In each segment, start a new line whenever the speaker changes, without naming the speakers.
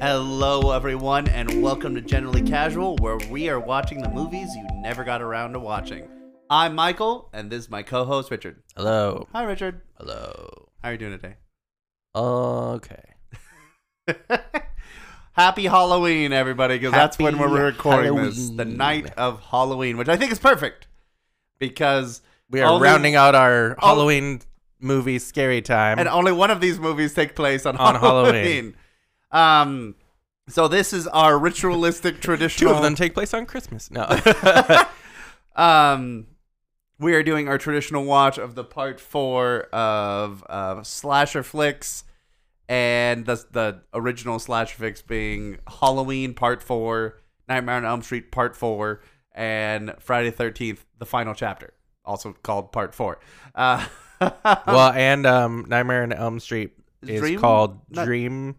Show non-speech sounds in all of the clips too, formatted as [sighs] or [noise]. Hello, everyone, and welcome to Generally Casual, where we are watching the movies you never got around to watching. I'm Michael, and this is my co host, Richard.
Hello.
Hi, Richard.
Hello.
How are you doing today?
Okay.
Happy Halloween, everybody, because that's when
Happy
we're recording this. The
Halloween.
night of Halloween, which I think is perfect because
We are
Only-
rounding out our
Oh.
Halloween movie scary time.
and only one of these movies take place on,
On
Halloween. Um,
Halloween.
so this is our ritualistic
Two
traditional.
of them take place on Christmas. No.
Um, we are doing our traditional watch of the part four of uh, slasher flicks, and the the original slasher flicks being Halloween Part Four, Nightmare on Elm Street Part Four, and Friday the Thirteenth, the final chapter, also called Part Four. Uh,
[laughs]
[laughs]
well, and um, Nightmare on Elm Street is
Dream-
called
not-
Dream.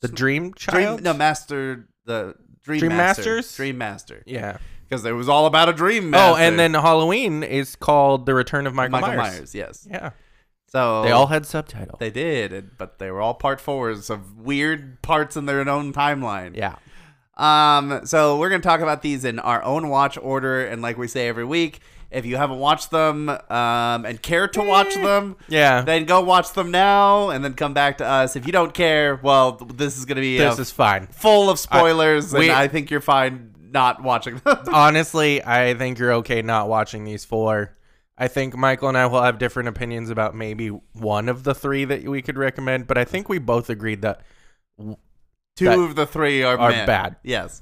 The Dream Child?
Dream, no master the Dream,
Dream
Master,
Masters?
Dream Master,
yeah.
because it was all about a dream.
Oh,
Master.
and then Halloween is called The Return of Michael,
Michael
Myers.
Myers. yes.
Yeah.
So
They all had subtitles.
They did, and- but they were all part fours of weird parts in their own timeline.
yeah.
Um, so we're gonna talk about these in our own watch order, and like we say every week, if you haven't watched them um, and care to watch
Eh.
them,
Yeah.
then go watch them now, and then come back to us. If you don't care, well, th- this is gonna be uh,
this is fine.
full of spoilers,
we-
and I think you're fine not watching them. [laughs]
honestly, I think you're okay not watching these four. I think Michael and I will have different opinions about maybe one of the three that we could recommend, but I think we both agreed that
Two
That
of the three are,
are
men.
bad.
Yes.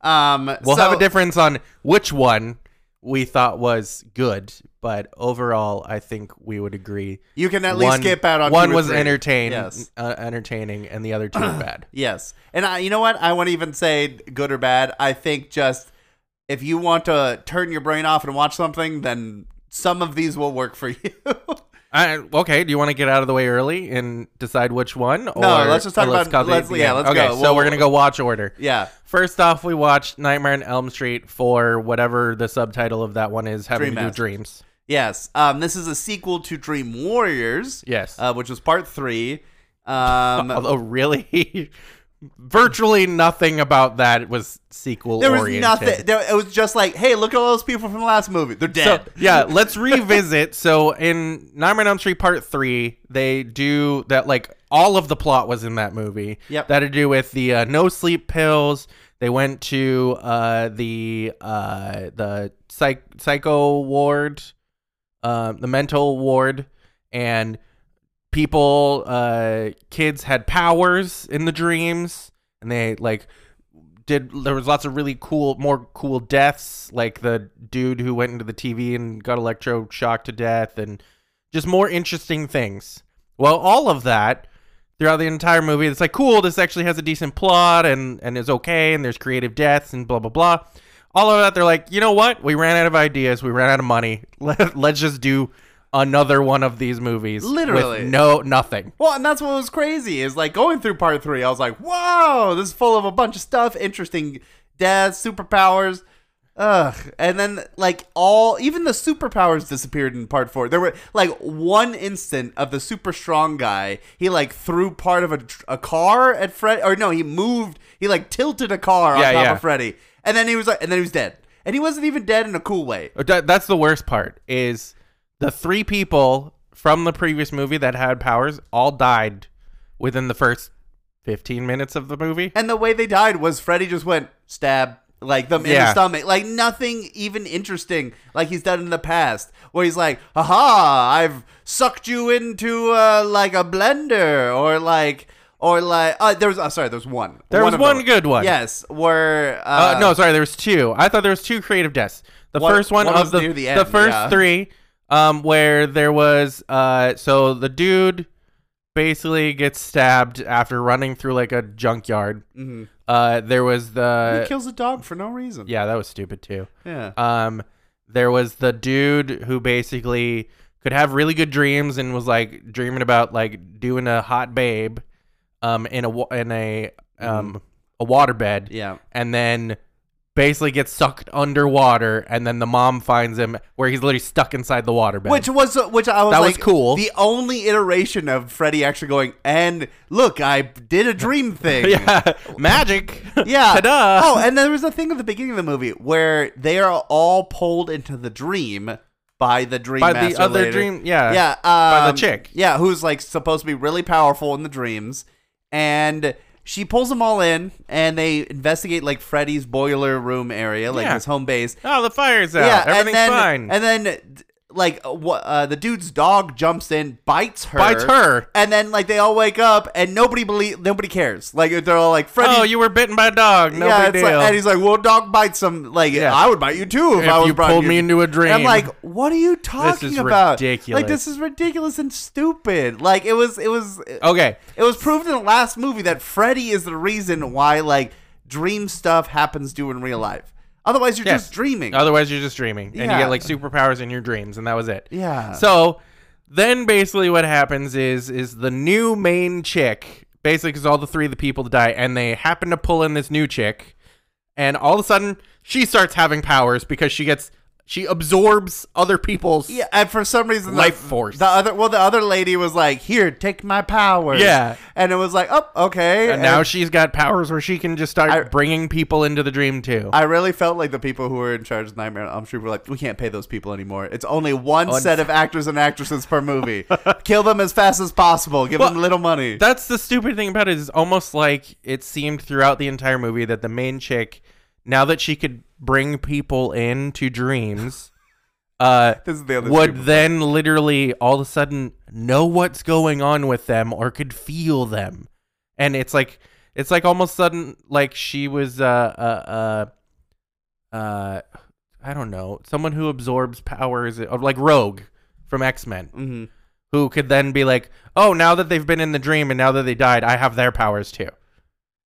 Um,
we'll have
so-
a difference on which one we thought was good. But overall, I think we would agree.
You can at least skip out on
one
two or
was
three.
entertaining,
Yes.
uh, entertaining, and the
[clears throat]
other two were bad.
Yes. And I, you know what? I wouldn't even say good or bad. I think just if you want to turn your brain off and watch something, then some of these will work for [laughs] you.
I, okay, do you want to get out of the way early and decide which one? No,
let's just talk about- let's- yeah, let's
okay,
go.
so
We'll-
we're gonna go watch order.
yeah.
First off, we watched Nightmare on Elm Street for whatever the subtitle of that one is,
Dream
having to do with
Masters.
dreams.
Yes. Um, this is a sequel to Dream Warriors.
Yes.
Uh, which was part three.
[laughs]
Um,
Although, really, [laughs] virtually nothing about that was sequel
there was
oriented.
nothing. There, it was just like, hey, look at all those people from the last movie. They're
So,
dead.
yeah, let's revisit. so in Nightmare on Elm Street Part Three, they do that. Like all of the plot was in that movie.
Yep.
That had to do with the uh, no sleep pills. They went to uh, the uh, the psych psycho ward, uh, the mental ward, and people, uh, kids had powers in the dreams, and they like did there was lots of really cool more cool deaths like the dude who went into the TV and got electroshocked to death and just more interesting things. Well, all of that throughout the entire movie it's like cool this actually has a decent plot and and is okay and there's creative deaths and blah blah blah. All of that they're like, "You know what? We ran out of ideas, we ran out of money. [laughs] Let, let's just do another one of these movies." with
Literally.
no nothing.
Well, and that's what was crazy is like going through part three. I was like, "Wow, this is full of a bunch of stuff, interesting deaths, superpowers." Ugh. And then like all, even the superpowers disappeared in part four. There were like one instant of the super strong guy. He like threw part of a, a car at Fred, or no, he moved. He like tilted a car on
Yeah,
top
yeah.
of Freddy, and then he was like, and then he was dead. And he wasn't even dead in a cool way.
That, that's the worst part is the three people from the previous movie that had powers all died within the first 15 minutes of the movie. Uh,
And the way they died was Freddy just went stab like them in the
Yeah.
stomach. Like nothing even interesting like he's done in the past where he's like, "Aha, I've sucked you into uh, like a blender or like or like uh, there was uh, sorry, there's one.
There was
of
one
them.
good one.
Yes, where uh,
Uh, no, sorry, there was two. I thought there was two creative deaths. The
One-
first one,
one was
of the
near
the,
the end,
first
yeah.
three, um, where there was uh, so the dude basically gets stabbed after running through like a junkyard.
Mhm.
Uh, there was
he
the
kills a dog for no reason.
yeah, that was stupid too.
Yeah.
Um, there was the dude who basically could have really good dreams and was like dreaming about like doing a hot babe, um, in a wa- in a um a waterbed,
Mm-hmm. yeah.
and then basically gets sucked underwater, and then the mom finds him where he's literally stuck inside the water bed. [laughs]
Which was uh, which I was
That was
like,
cool.
The only iteration of Freddy actually going and look, I did a
[laughs]
dream thing.
yeah, magic.
[laughs] Yeah.
Ta-da.
Oh, and there was a thing at the beginning of the movie where they are all pulled into the dream by the dream
by the
master
other
later.
dream. Yeah.
yeah, um,
the chick.
Yeah, who's like supposed to be really powerful in the dreams, and she pulls them all in, and they investigate like Freddy's boiler room area, like
Yeah.
his home base.
Oh, the fire's out.
and
Everything's
then,
fine.
And then, d- like, what uh, the dude's dog jumps in, bites her,
Bites her.
and then like they all wake up, and nobody believe, nobody cares. Like they're all like, Freddy.
oh, you were bitten by a dog. No
yeah,
big
it's
deal.
like, and he's like, "Well, dog bites some. Like,
Yeah.
I would bite you too if,
If
I was
you
brought
pulled
in
me
your-
into a dream.
And I'm like, "What are you talking
is
about?
ridiculous.
Like, this is ridiculous and stupid. Like, it was, it was,
okay.
it was proved in the last movie that Freddy is the reason why like dream stuff happens to you in real life. Otherwise, you're
Yes. Uh,
just dreaming.
Otherwise, you're just dreaming, and you
Yeah.
get like superpowers in your dreams, and that was it.
Yeah.
So then, basically, what happens is is the new main chick, basically, because all the three of the people die, and they happen to pull in this new chick, and all of a sudden, she starts having powers because she gets she absorbs other people's.
Yeah, and for some reason, the-
Life force.
The other, well, the other lady was like, "Here, take my powers."
Yeah.
and it was like, "Oh, okay."
And now she's got powers where she can just start
I-
bringing people into the dream too.
I really felt like the people who were in charge of Nightmare on Elm Street were like, we can't pay those people anymore. It's only one
One-
set of actors and actresses per
[laughs]
movie. Kill them as fast as possible. Give them
Well,
little money.
That's the stupid thing about it is almost like it seemed throughout the entire movie that the main chick, now that she could bring people into
[laughs]
dreams, uh,
this is the other
would
stupid-
then literally all of a sudden know what's going on with them or could feel them, and it's like it's like almost sudden like she was uh uh uh, uh I don't know someone who absorbs powers or like Rogue from X Men
Mhm.
who could then be like, oh, now that they've been in the dream and now that they died, I have their powers too.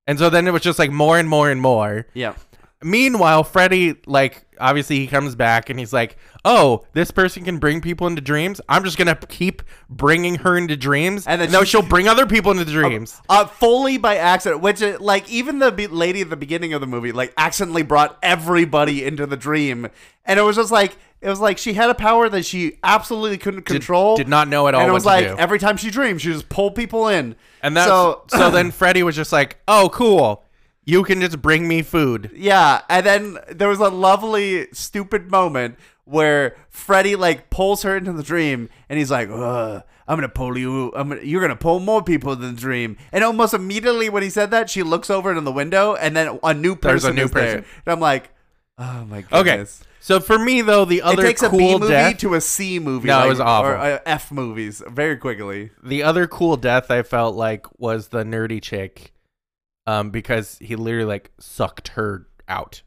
And so then it was just like more and more and more.
Yeah.
Meanwhile, Freddy, like, obviously he comes back and he's like, oh, this person can bring people into dreams. I'm just going to keep bringing her into dreams.
And
And
then
then no,
she-
she'll bring other people into dreams.
Uh, fully by accident, which uh, like even the be- lady at the beginning of the movie like accidentally brought everybody into the dream, and it was just like it was like she had a power that she absolutely couldn't control.
did not know at all
And it
what
was
to
like
do.
every time she dreamed, she just pulled people in.
And that's,
so
so, [clears throat] so then Freddy was just like, oh, cool. You can just bring me food.
Yeah, and then there was a lovely stupid moment where Freddy like pulls her into the dream, and he's like, Ugh, "I'm gonna pull you. I'm gonna, you're gonna pull more people than the dream." And almost immediately when he said that, she looks over in the window, and then a new person
There's a new
is there.
person.
And I'm like, "Oh my
Okay.
goodness!"
So for me, though, the
It
other
takes
cool
a B movie
death,
to a C movie.
No, it
like-
was awful.
Or uh, F movies very quickly.
the other cool death I felt like was the nerdy chick, um, because he literally like sucked her out.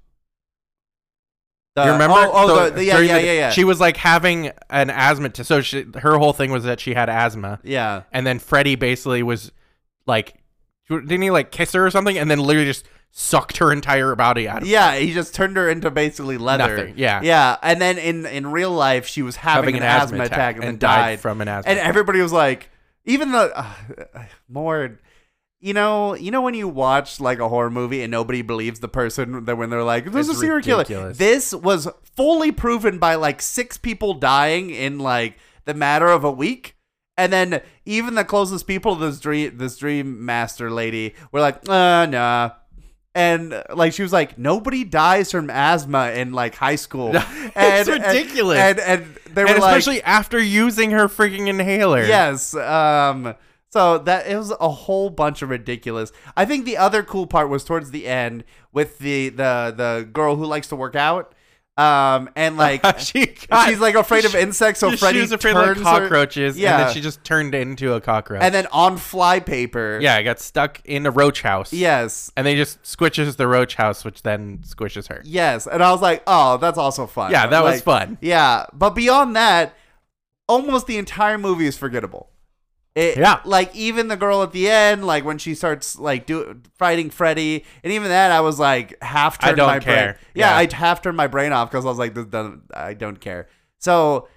The-
you remember?
Oh, oh,
So
the- the- yeah,
during
yeah,
the-
yeah, yeah.
She was like having an asthma. T- so she, her whole thing was that she had asthma,
yeah.
and then Freddy basically was like, didn't he like kiss her or something, and then literally just sucked her entire body out. Of
Yeah, he just turned her into basically leather.
Nothing, yeah.
yeah. And then in in real life, she was having, an, asthma, attack, and, then died.
from an asthma.
and
attack.
everybody was like, even the uh, [sighs] more, you know, you know when you watch like a horror movie and nobody believes the person that when they're like, "This is
It's
a serial killer."
ridiculous.
This was fully proven by like six people dying in like the matter of a week. And then even the closest people to this dream, this dream master lady, were like, uh, nah, and uh, like she was like nobody dies from asthma in like high
[laughs]
school and, and-
ridiculous.
and and they were
And
like
especially after using her freaking inhaler.
yes um so that it was a whole bunch of ridiculous i think the other cool part was towards the end with the the the girl who likes to work out um
[laughs]
and like
[laughs] she got-
she's like afraid of insects so
[laughs] she
freddy
was afraid
turns
of
her-
like, cockroaches,
yeah
and then she just turned into a cockroach.
and then on flypaper
yeah, I got stuck in a roach house.
yes
and they just squishes the roach house, which then squishes her.
Yes, and I was like, "Oh, that's also fun."
Yeah, that was
Like,
fun.
[laughs] Yeah, but beyond that, almost the entire movie is forgettable. It,
Yeah.
like even the girl at the end, like when she starts like do fighting Freddy, and even that, I was like half
I
turned
don't
my brain.
care.
Yeah,
Yeah.
I half turned my brain off because I was like, "This doesn't, I don't care." So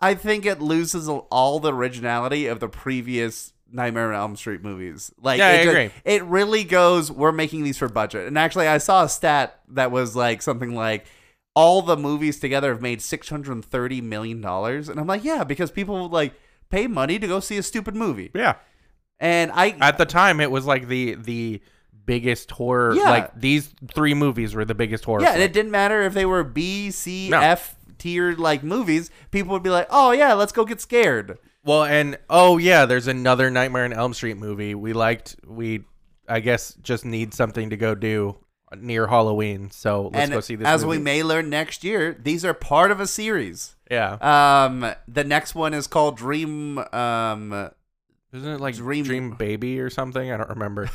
I think it loses all the originality of the previous Nightmare on Elm Street movies. Like,
Yeah,
it
I
just-
agree.
It really goes. We're making these for budget. And actually, I saw a stat that was like something like all the movies together have made six hundred thirty million dollars. And I'm like, yeah, because people like pay money to go see a stupid movie.
Yeah.
And I,
At the time, it was like the the biggest horror.
Yeah.
Like these three movies were the biggest horror.
yeah, and
flick.
it didn't matter if they were B, C, F
No.
tiered like movies. People would be like, oh yeah, let's go get scared.
Well, and oh yeah, there's another Nightmare on Elm Street movie. We liked. We I guess just need something to go do near Halloween. So let's
and
go see this.
as
movie.
we may learn next year, these are part of a series.
yeah,
Um, the next one is called Dream. Um, [laughs]
isn't it like
Dream-
Dream, Baby or something? I don't remember.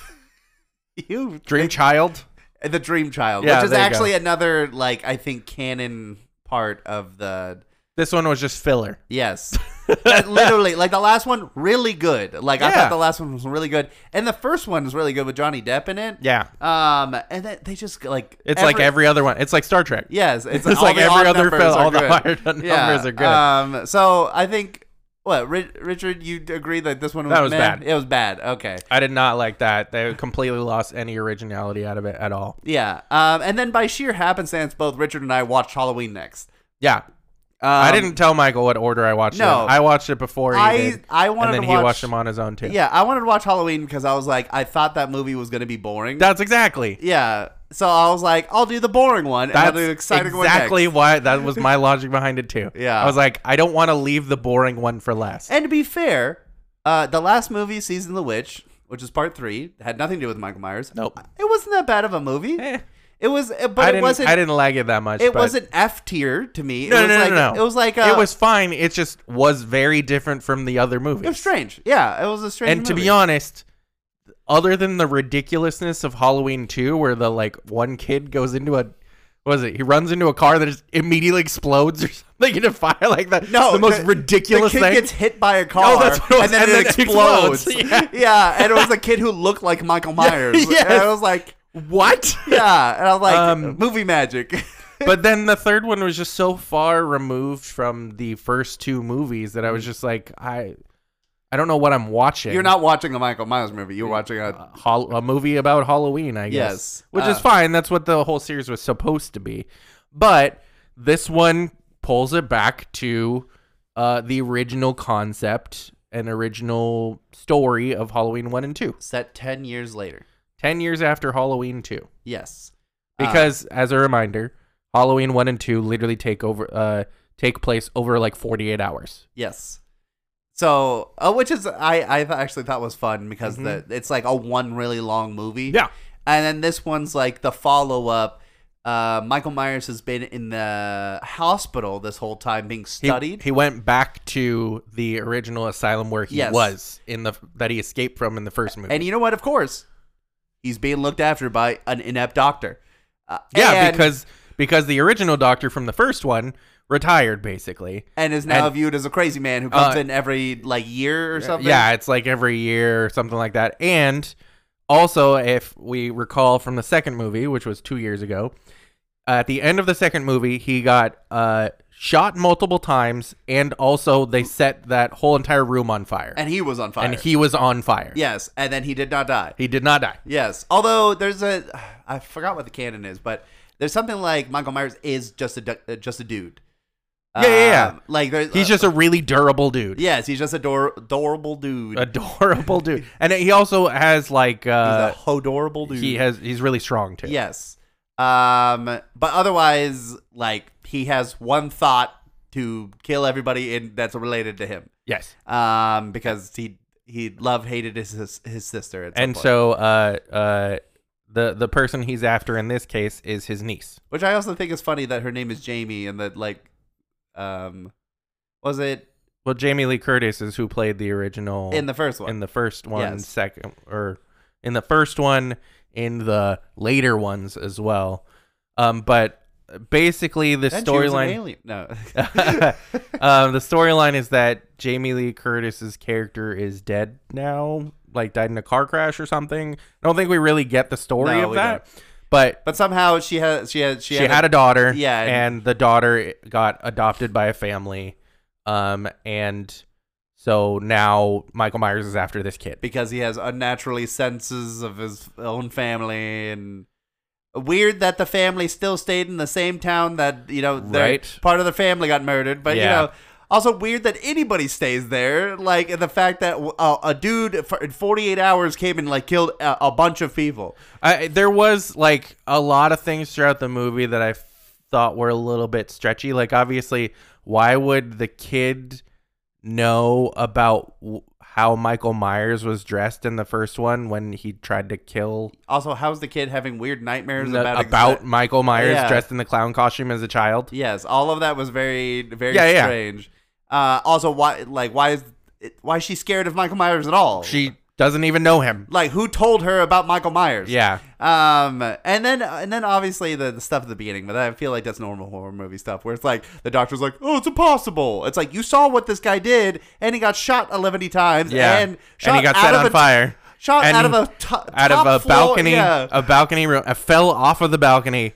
you
Dream Child.
Uh, the Dream Child,
Yeah,
which is
there you go.
actually another like I think canon part of the
This one was just filler. [laughs]
yes. But literally, like the last one, really good. Like I
Yeah.
thought the last one was really good, and the first one was really good with Johnny Depp in it.
Yeah,
Um, and then they just like
it's like every other one. It's like Star Trek. [laughs]
Yes, it's,
It's,
all
like
the
every
odd
other
numbers
film.
are
All the
good.
hard [laughs] numbers are good.
Um, so I think what Ri- Richard, you agree that this one was,
That was
meh?
bad.
It was bad. Okay,
I did not like that. They completely lost any originality out of it at all.
yeah. Um, and then by sheer happenstance, both Richard and I watched Halloween next.
Yeah,
Um,
I didn't tell Michael what order I watched it.
No.
in. I watched it before he
I
did,
I wanted
and then
to
he
watch.
watched them on his own too.
yeah, I wanted to watch Halloween because I was like, I thought that movie was gonna be boring.
that's exactly.
yeah, so I was like, I'll do the boring one. and
That's
I'll do the exciting
exactly
one next.
why that was my logic behind it too.
Yeah.
I was like, I don't want to leave the boring one for last.
And to be fair, uh, the last movie, Season of the Witch, which is part three, had nothing to do with Michael Myers.
Nope.
It wasn't that bad of a movie.
Eh,
It was, uh,
I
but it
didn't.
wasn't.
I didn't like it that much.
it
but-
wasn't F tier to me.
No,
it was
no, no,
like,
no, no.
It was like uh
it was fine. It just was very different from the other movies.
It was strange. Yeah, it was a strange.
and to be
movie.
honest other than the ridiculousness of halloween 2 where the like one kid goes into a what is it he runs into a car that just immediately explodes or [laughs] something into fire like that
no,
the most ridiculous
the kid
thing Oh,
gets [laughs] hit by a car,
that's what it was,
and then
and
it
then it
explodes.
explodes,
Yeah.
[laughs] yeah.
and it was a kid who looked like
[laughs]
Michael Myers.
yes.
and I was like, [laughs]
what
yeah, and I was like,
Um,
movie magic. [laughs]
but then the third one was just so far removed from the first two movies that i was just like i i don't know what i'm watching
You're not watching a Michael Myers movie. You're watching a
a, hol- a movie about Halloween, I guess.
Yes.
Which is
Uh,
fine. That's what the whole series was supposed to be. But this one pulls it back to uh, the original concept and original story of Halloween 1 and 2.
set ten years later.
10 years after Halloween 2.
Yes, Uh,
Because, as a reminder, Halloween 1 and 2 literally take over. Uh, Take place over like 48 hours.
Yes. So, uh, which is I I th- actually thought was fun because the it's like a one really long movie.
Mm-hmm. Yeah.
And then this one's like the follow up. Uh, Michael Myers has been in the hospital this whole time being
He,
studied.
he went back to the original asylum where he
Yes.
was in the that he escaped from in the first movie.
and you know what? Of course, he's being looked after by an inept doctor. Uh,
Yeah,
and-
because because the original doctor from the first one retired basically.
and is now
and-
viewed as a crazy man who comes
Uh,
in every like year or something.
Yeah, it's like every year or something like that. And also, if we recall from the second movie, which was two years ago, at the end of the second movie, he got uh, shot multiple times, and also they set that whole entire room on fire,
and he was on fire.
and he was on fire.
yes, and then he did not die.
he did not die.
Yes. Although there's a, I forgot what the canon is, but there's something like Michael Myers is just a du- uh, just a dude.
Yeah, yeah, yeah.
Um, Like there's,
He's
uh,
just a really durable dude.
yes, he's just a dor- adorable dude.
[laughs] Adorable dude, and he also has like uh,
he's a adorable dude.
he has he's really strong too.
yes. Um, but otherwise, like he has one thought to kill everybody in that's related to him.
Yes.
Um, because he he loved hated his his, his sister, at some
and
point.
so uh uh the the person he's after in this case is his niece
Which I also think is funny that her name is Jamie and that like um was it
well jamie lee curtis is who played the original
in the first one?
in the first one
Yes.
second or in the first one in the later ones as well um but basically the
And she was an
[laughs] storyline
alien. No. [laughs]
um, the storyline is that Jamie Lee Curtis's character is dead now, like died in a car crash or something. I don't think we really get the story
No,
of
we
that, but
but somehow she has she had she,
she, had, a, daughter.
yeah, and-
and, the daughter got adopted by a family. Um, and So now Michael Myers is after this kid.
because he has unnaturally senses of his own family and weird that the family still stayed in the same town that you know their-
Right.
part of the family got murdered but
Yeah.
you know also weird that anybody stays there like and the fact that uh, a dude for, in 48 hours came and like killed a, a bunch of people
I, there was like a lot of things throughout the movie that I thought were a little bit stretchy. Like, obviously, why would the kid know about w- how Michael Myers was dressed in the first one when he tried to kill
also how's the kid having weird nightmares
the-
about
about,
exa-
Michael Myers
Yeah.
dressed in the clown costume as a child?
yes all of that was very very
Yeah, yeah.
strange uh also why like why is why is she scared of michael myers at all
She doesn't even know him.
like who told her about michael myers
Yeah.
Um, and then and then obviously the, the stuff at the beginning, but I feel like that's normal horror movie stuff where it's like the doctor's like, oh, it's impossible. It's like you saw what this guy did, and he got shot eleven times,
Yeah.
and shot
and he got
out
set
of
on
a,
fire.
shot
And
out of a to-
out of
top
a
floor-
balcony,
yeah.
a balcony room. I fell off of the balcony,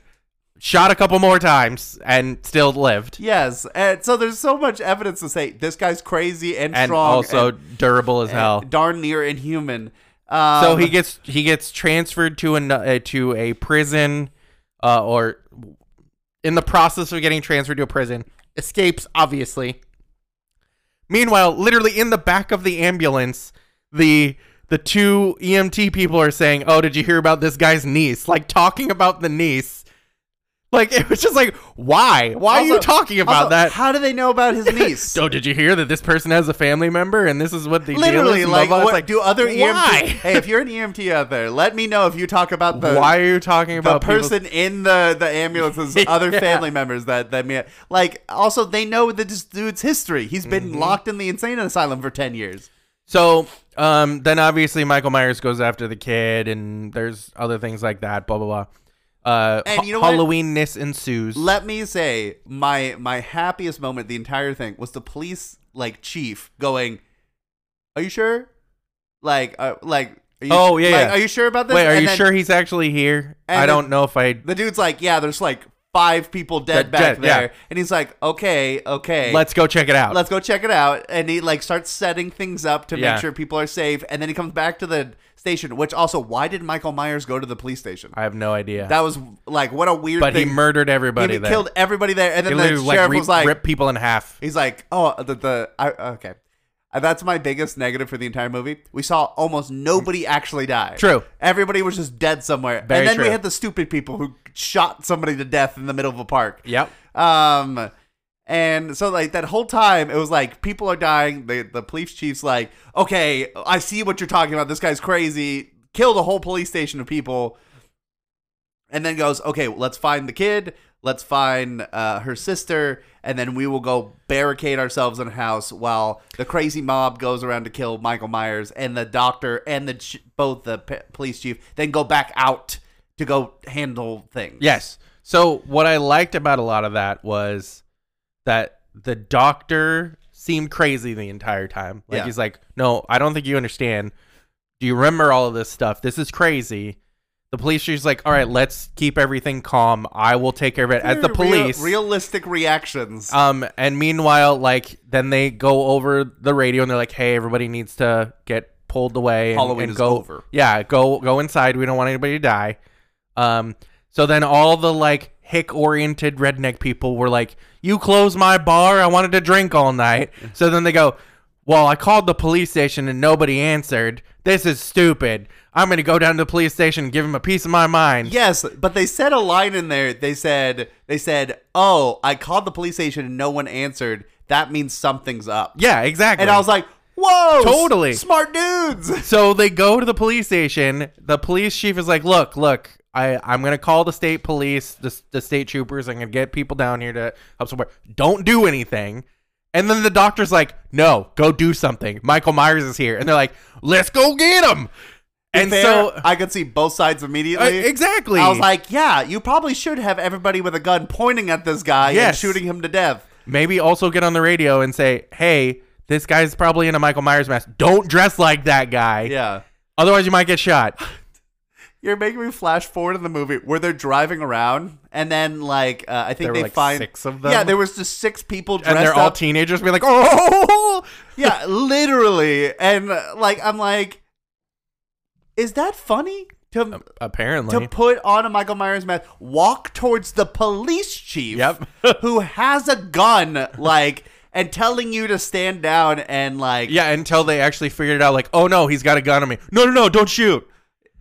shot a couple more times, and still lived.
Yes, and so there's so much evidence to say this guy's crazy and,
and
strong,
also
and-
durable as hell.
and darn near inhuman. Um,
so he gets he gets transferred to an, uh, to a prison, uh, or in the process of getting transferred to a prison, escapes obviously. Meanwhile, literally in the back of the ambulance, the the two EMT people are saying, "Oh, did you hear about this guy's niece?" Like talking about the niece. Like [laughs] it was just like, why? Why are you
Also-
talking about
also,
that?
How do they know about
[laughs]
his niece?
So did you hear that this person has a family member and this is what the deal is
Literally,
and
like,
blah, blah, blah?
what,
It's like
do other EMT?
why?
[laughs] Hey, if you're an EMT out there, let me know if you talk about the
why are you talking
the
about people's-
person in the the
[laughs]
ambulance's other
Yeah.
family members that that me like. Also, they know the this dude's history. He's been
Mm-hmm.
locked in the insane asylum for ten years.
So um, then obviously Michael Myers goes after the kid and there's other things like that. Blah blah blah. Uh,
And
ha-
you know what?
Halloweenness ensues.
Let me say, my my happiest moment the entire thing was the police like chief going, "Are you sure? Like, uh, like." Are you,
Oh, yeah,
like,
yeah.
Are you sure about this?
Wait, are
And
you
then
sure he's actually here?
and
I
then-
don't know if I
The dude's like, yeah, there's like five people dead
Dead-
back
dead, yeah.
there, and he's like, okay, okay,
let's go check it out.
let's go check it out and he like starts setting things up to
Yeah.
make sure people are safe and then he comes back to the station which also why did michael myers go to the police station
I have no idea.
that was like what a weird
but he
thing
murdered everybody
He
there.
killed everybody there and
he
then the
literally
sheriff
like, re-
was like
ripped people in half.
he's like oh the, the I, okay Uh, that's my biggest negative for the entire movie. We saw almost nobody actually die.
True.
Everybody was just dead somewhere.
Very
and then we
true.
had the stupid people who shot somebody to death in the middle of a park.
Yep.
Um, and so like that whole time, it was like people are dying. The the police chief's like, okay, I see what you're talking about. This guy's crazy. Killed a whole police station of people, and then goes, okay, let's find the kid. Let's find uh, her sister, and then we will go barricade ourselves in a house while the crazy mob goes around to kill Michael Myers and the doctor and the ch- both the p- police chief. Then go back out to go handle things.
Yes. So what I liked about a lot of that was that the doctor seemed crazy the entire time. Like
Yeah.
he's like, "No, I don't think you understand. Do you remember all of this stuff? This is crazy." The police chief's like, "All right, let's keep everything calm. I will take care of it." As
Hmm,
the
Real-
police,
realistic reactions.
um, and meanwhile, like then they go over the radio and they're like, "Hey, everybody needs to get pulled away and,
Halloween
and
is
go
over.
Yeah, go go inside. We don't want anybody to die." Um, so then all the like hick-oriented redneck people were like, "You closed my bar. I wanted to drink all night." So then they go, "Well, I called the police station and nobody answered. This is stupid. I'm gonna go down to the police station and give him a piece of my mind."
yes, but they said a line in there. They said they said, "Oh, I called the police station and no one answered. That means something's up."
Yeah, exactly.
And I was like, "Whoa, s-
Totally.
smart dudes."
So they go to the police station. The police chief is like, "Look, look, I I'm gonna call the state police, the, the state troopers. I'm gonna get people down here to help somewhere. Don't do anything." And then the doctor's like, "No, go do something. Michael Myers is here." And they're like, "Let's go get him." And
Fair. [laughs]
so
I could see both sides
uh,
immediately.
exactly,
I was like, "Yeah, you probably should have everybody with a gun pointing at this guy and
Yes.
shooting him to death."
maybe also get on the radio and say, "Hey, this guy's probably in a Michael Myers mask. Don't dress like that guy.
Yeah.
Otherwise, you might get shot."
You're making me flash forward in the movie where they're driving around, and then like uh, I think
There were
they
like
find
six of them.
Yeah, there was just six people dressed
and they're
up.
all teenagers. Be like, oh, [laughs]
yeah, literally, and uh, like I'm like, is that funny to
Um, apparently.
to put on a Michael Myers mask, walk towards the police chief,
Yep.
[laughs] who has a gun, like, and telling you to stand down and like,
yeah, until they actually figured out, like, oh no, he's got a gun on me. No, no, no, don't shoot.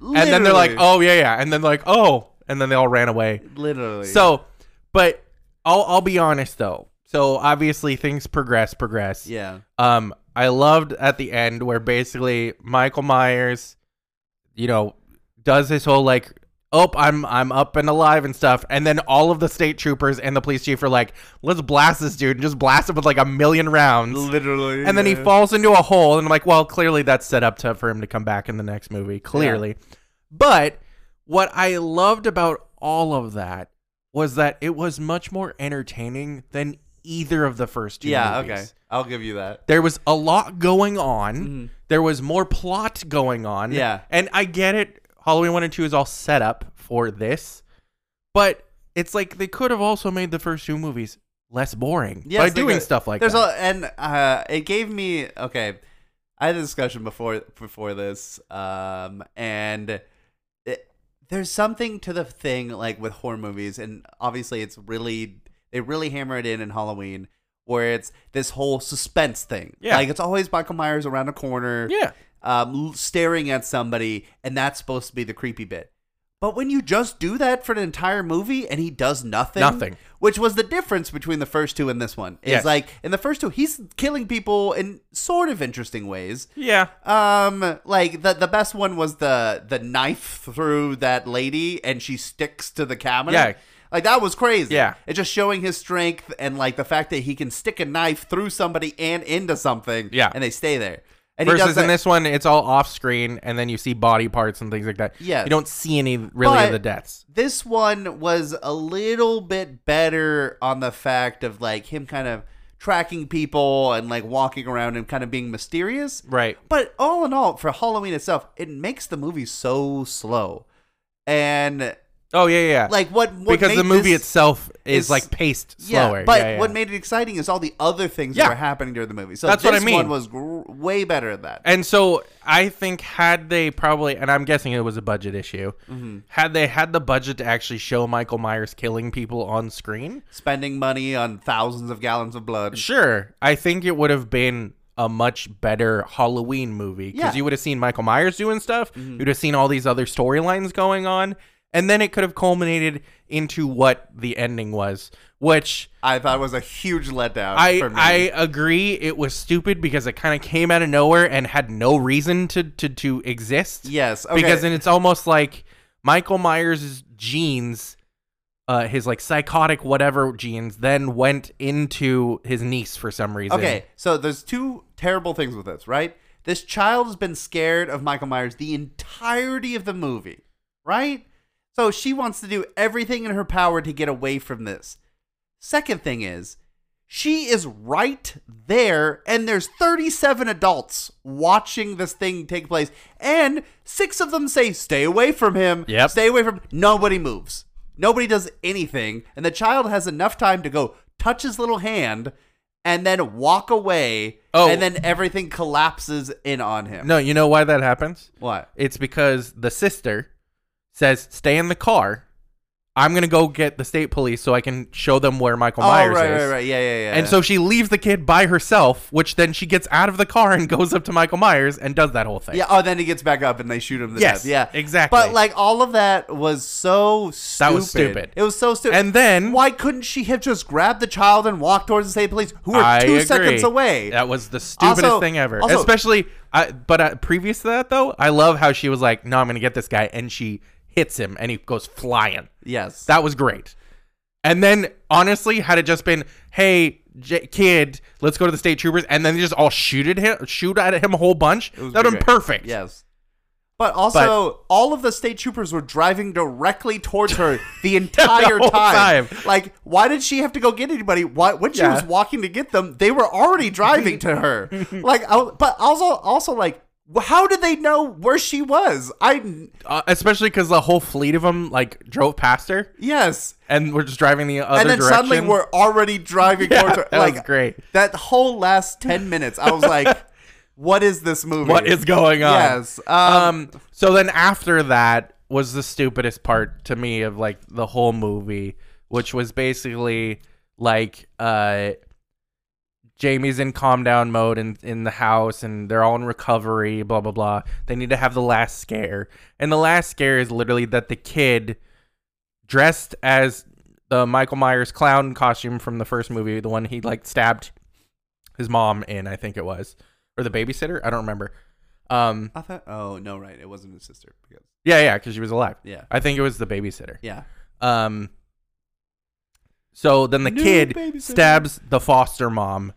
literally,
And then they're like, oh yeah, yeah, and then like, oh, and then they all ran away.
literally.
So, but I'll I'll be honest though. So obviously things progress, progress.
yeah,
Um, I loved at the end where basically Michael Myers, you know, does his whole like, oh, I'm I'm up and alive and stuff, and then all of the state troopers and the police chief are like, let's blast this dude and just blast him with like a million rounds.
literally,
And then he
yeah.
falls into a hole, and I'm like, well, clearly that's set up to, for him to come back in the next movie. Clearly. But what I loved about all of that was that it was much more entertaining than either of the first two
Yeah,
movies.
okay, I'll give you that.
There was a lot going on.
Mhm.
There was more plot going on.
Yeah.
And I get it. Halloween 1 and 2 is all set up for this. But it's like they could have also made the first two movies less boring
Yes,
by
they
doing
could.
stuff like
There's
that.
a and uh, it gave me okay. I had a discussion before before this, um, and it, there's something to the thing like with horror movies, and obviously it's really they really hammer it in in Halloween, where it's this whole suspense thing.
Yeah.
like it's always Michael Myers around a corner,
yeah.
um, l- staring at somebody, and that's supposed to be the creepy bit. But when you just do that for an entire movie and he does nothing,
Nothing.
which was the difference between the first two and this one, is
Yes.
like in the first two he's killing people in sort of interesting ways.
Yeah.
Um, like the the best one was the the knife through that lady and she sticks to the cabinet.
Yeah.
Like that was crazy.
Yeah.
It's just showing his strength and like the fact that he can stick a knife through somebody and into something.
Yeah.
And they stay there. And he does
Versus
that.
in this one, it's all off screen, and then you see body parts and things like that.
Yeah.
You don't see any really
But-
of the deaths.
this one was a little bit better on the fact of like him kind of tracking people and like walking around and kind of being mysterious.
Right.
But all in all, for Halloween itself, it makes the movie so slow. And
Oh, yeah, yeah.
like what, what
because
made
the movie
this-
itself is,
is-
like paced
yeah,
slower.
but
Yeah, yeah.
what made it exciting is all the other things
Yeah.
that were happening during the movie. So
That's
this
what I mean.
one was gr- way better at that.
And so I think had they probably, and I'm guessing it was a budget issue,
Mm-hmm.
had they had the budget to actually show Michael Myers killing people on screen,
Spending money on thousands of gallons of blood.
sure, I think it would have been a much better Halloween movie because
Yeah. Mm-hmm.
you would have seen Michael Myers doing stuff, you'd have seen all these other storylines going on, and then it could have culminated into what the ending was, which.
I thought was a huge letdown Uh, for me.
I, I agree it was stupid because it kind of came out of nowhere and had no reason to to, to exist.
yes, okay.
because then it's almost like Michael Myers' genes, uh, his like psychotic whatever genes, then went into his niece for some reason.
Okay, so there's two terrible things with this, right? This child has been scared of Michael Myers the entirety of the movie, right? So she wants to do everything in her power to get away from this. Second thing is, she is right there, and there's 37 adults watching this thing take place, and six of them say, Stay away from him.
Yep.
Stay away from nobody moves. Nobody does anything, and the child has enough time to go touch his little hand and then walk away.
Oh.
And then everything collapses in on him.
No, you know why that happens?
What?
It's because the sister says, "Stay in the car. I'm gonna go get the state police so I can show them where Michael
Oh,
Myers
right,
is."
right, right. Yeah, yeah, yeah.
And so she leaves the kid by herself, which then she gets out of the car and [laughs] goes up to Michael Myers and does that whole thing.
Yeah. Oh, then he gets back up and they shoot him to
Yes,
death. Yeah.
exactly.
But like all of that was so stupid.
That was stupid.
It was so stupid.
And then
why couldn't she have just grabbed the child and walked towards the state police who were
I
two
agree.
seconds away?
That was the stupidest
Also-
thing ever.
also-
Especially, I, but uh, previous to that though, I love how she was like, "No, I'm gonna get this guy," and she hits him, and he goes flying.
yes.
That was great. And then, honestly, had it just been, "Hey, J- kid, let's go to the state troopers," and then they just all shoot at him, shoot at him a whole bunch,
It was
that'd have been
great.
perfect.
Yes. But also, all of the state troopers were driving directly towards
[laughs]
her the entire
whole
time.
time.
Like, why did she have to go get anybody? Why, when she
Yeah. [laughs]
was walking to get them, they were already driving to her. like, I, but also, also like How did they know where she was? I
Uh, especially because the whole fleet of them like drove past her,
yes,
and we're just driving the other
and then
direction.
suddenly we're already driving
[laughs] yeah,
towards her.
that
like
was great.
that whole last
[laughs]
ten minutes. I was like, what is this movie?
What is going on?
Yes. Um,
Um. So then after that was the stupidest part to me of like the whole movie, which was basically like uh, Jamie's in calm down mode in in the house, and they're all in recovery. Blah blah blah. They need to have the last scare, and the last scare is literally that the kid dressed as the Michael Myers clown costume from the first movie, the one he like stabbed his mom in, I think it was, or the babysitter. I don't remember. Um,
I thought. Oh no, right. It wasn't his sister. Because,
yeah, yeah, because she was alive.
yeah.
I think it was the babysitter.
Yeah.
Um. So then the
New
kid
babysitter.
stabs the foster mom,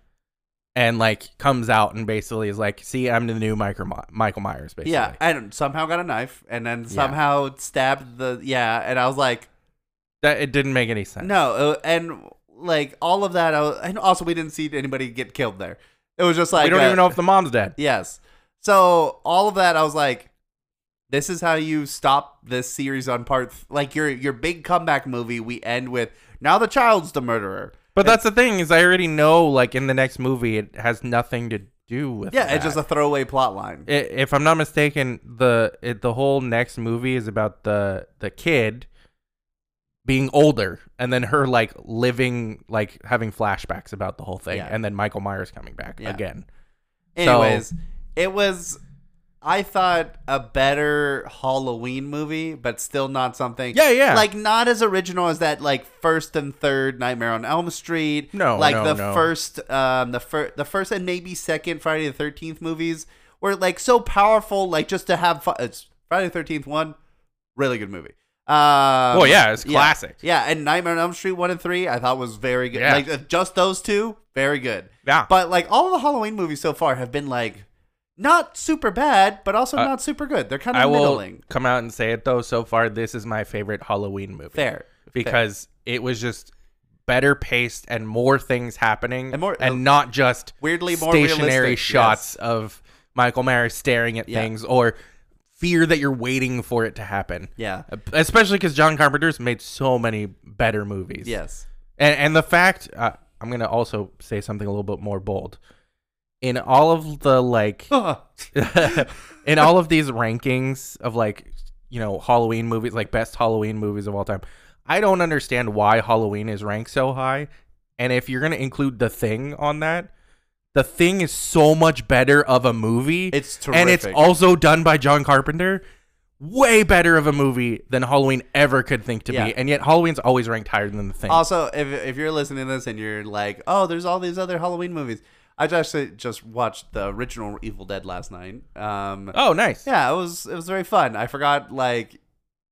and like comes out and basically is like, "See, I'm the new Michael My- Michael Myers." Basically.
Yeah, and somehow got a knife, and then
Yeah.
somehow stabbed the yeah, and I was like,
That it didn't make any sense.
no, uh, and like all of that, I was, and also we didn't see anybody get killed there. It was just like
we don't
uh,
even know if the mom's dead.
Yes, so all of that, I was like, this is how you stop this series on part th- like your your big comeback movie. We end with now the child's the murderer.
But that's the thing is, I already know. Like in the next movie, it has nothing to do with.
Yeah,
that.
it's just a throwaway plot line.
I- if I'm not mistaken, the it, the whole next movie is about the the kid being older and then her like living like having flashbacks about the whole thing
Yeah.
and then Michael Myers coming back
Yeah.
again. So-
Anyways, it was. I thought a better Halloween movie, but still not something.
Yeah, yeah.
Like not as original as that, like first and third Nightmare on Elm Street.
No,
like
no,
the
no.
first, um, the first, the first and maybe second Friday the Thirteenth movies were like so powerful, like just to have fun. It's Friday the Thirteenth one, really good movie. Um,
Oh, yeah, it's classic.
Yeah, and Nightmare on Elm Street one and three, I thought was very good.
Yeah.
Like uh, just those two, very good.
Yeah.
But like all the Halloween movies so far have been like not super bad, but also not super good. They're kind of
Uh, I will
middling.
come out and say it though. So far, this is my favorite Halloween movie
Fair.
because it was just better paced and more things happening
And more- uh,
not just
Weirdly more
stationary
realistic,
shots of Michael Myers staring at
Yeah.
things or fear that you're waiting for it to happen. Uh,
Yeah.
Especially because John Carpenter's made so many better movies. [laughs]
Yes.
And, and the fact, uh, I'm going to also say something a little bit more bold. In all of the like, [laughs] in all of these rankings of like, you know, Halloween movies, like best Halloween movies of all time, I don't understand why Halloween is ranked so high. And if you're going to include The Thing on that, The Thing is so much better of a movie.
It's
And it's
terrific.
also done by John Carpenter. Way better of a movie than Halloween ever could think to
Yeah.
be. And yet Halloween's always ranked higher than The Thing.
Also, if if you're listening to this and you're like, oh, there's all these other Halloween movies. I just actually just watched the original Evil Dead last night. Um,
oh, nice.
yeah, it was it was very fun. I forgot like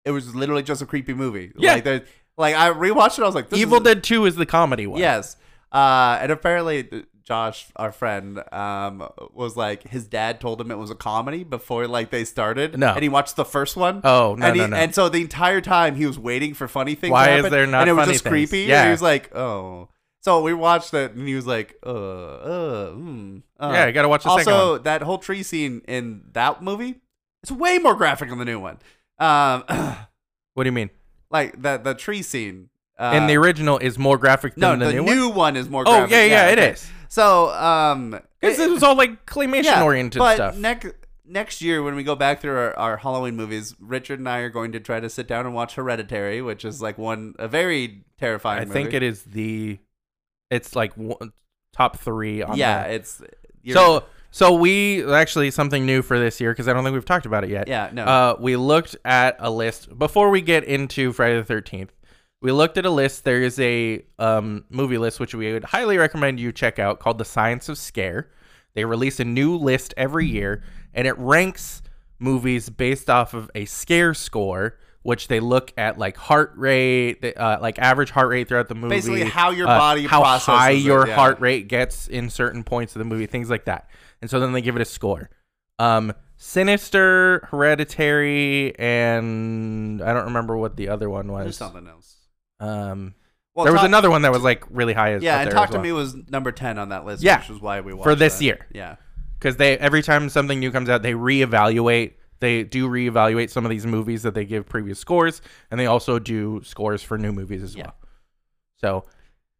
it was literally just a creepy movie.
Yeah.
Like, there- like I rewatched it. I was like, this
Evil
is,
Dead 2 is the comedy one.
Yes. Uh, and apparently, th- Josh, our friend, um, was like his dad told him it was a comedy before like they started.
No.
and he watched the first one.
Oh, no,
and
no,
he-
no.
And so the entire time he was waiting for funny things.
Why
to
is
happen,
there not
And it was
funny
just
things?
creepy. And
Yeah.
he was like, oh. So we watched it, and he was like, uh, uh, mm, uh.
Yeah, you gotta watch the
also,
second one.
that whole tree scene in that movie, it's way more graphic than the new one. Um, [clears throat]
What do you mean?
like that the tree scene. Uh,
and the original is more graphic
no,
than the, new, one?
one? is more.
Oh,
graphic.
yeah, yeah, it
okay.
is.
So, um,
Because
it-
it was all like claymation
yeah,
oriented
but
stuff.
Next next year, when we go back through our, our Halloween movies, Richard and I are going to try to sit down and watch Hereditary, which is like one a very terrifying.
I think it is the, it's like one, top three on
Yeah,
that.
it's you're-
So so we actually something new for this year because I don't think we've talked about it yet.
Yeah, no.
Uh, we looked at a list before we get into Friday the Thirteenth. We looked at a list. There is a um, movie list which we would highly recommend you check out called The Science of Scare. They release a new list every year, and it ranks movies based off of a scare score, which they look at like heart rate, the- uh, like average heart rate throughout the movie, uh,
Basically, how your body
how
processes
high
it,
your
yeah.
heart rate gets in certain points of the movie, things like that. And so then they give it a score. Um, Sinister, Hereditary, and I don't remember what the other one
there's
was.
something else.
Um,
Well,
there was
Talk-
another one that was like really high. as-
Yeah,
up
and
there as
Talk to
well.
Me was number ten on that list,
Yeah,
which is why we watched
this
that.
year.
Yeah,
because they every time something new comes out, they reevaluate. They do reevaluate some of these movies that they give previous scores, and they also do scores for new movies as
Yeah.
well. So,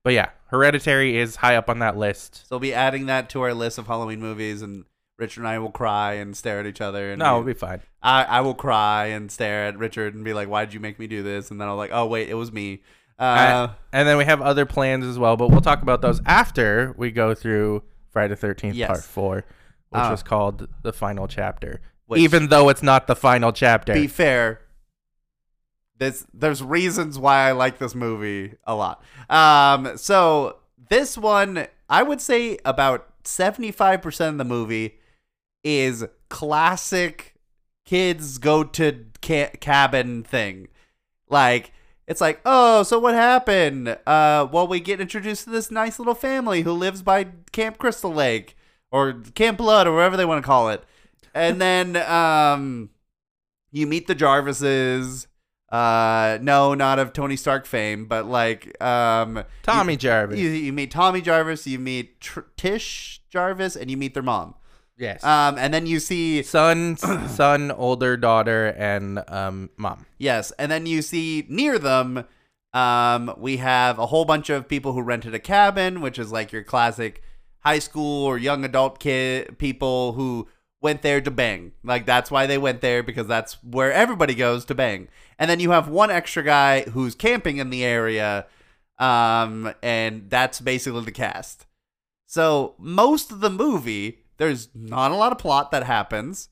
but yeah, Hereditary is high up on that list.
So we'll be adding that to our list of Halloween movies, and Richard and I will cry and stare at each other. And
No, it'll
we-
be fine.
I, I will cry and stare at Richard and be like, "Why did you make me do this?" And then I'll like, "Oh wait, it was me." Uh,
And then we have other plans as well, but we'll talk about those after we go through Friday the 13th
Yes.
part 4, which
Ah.
was called The Final Chapter.
Which-
Even though it's not the final chapter.
be fair. There's there's reasons why I like this movie a lot. Um, so this one, I would say about seventy five percent of the movie is classic kids go to ca- cabin thing. Like it's like, oh, so what happened? Uh, well, we get introduced to this nice little family who lives by Camp Crystal Lake or Camp Blood or whatever they want to call it, and then um, you meet the Jarvises. Uh, no, not of Tony Stark fame, but like um,
Tommy Jarvis.
you, you meet Tommy Jarvis, you meet Tr- Tish Jarvis, and you meet their mom.
yes.
Um, and then you see [clears throat]
son, s- son, older daughter, and um, mom.
yes, and then you see near them, um, we have a whole bunch of people who rented a cabin, which is like your classic high school or young adult kid people who went there to bang. Like that's why they went there because that's where everybody goes to bang. And then you have one extra guy who's camping in the area, um, and that's basically the cast. So most of the movie, there's not a lot of plot that happens.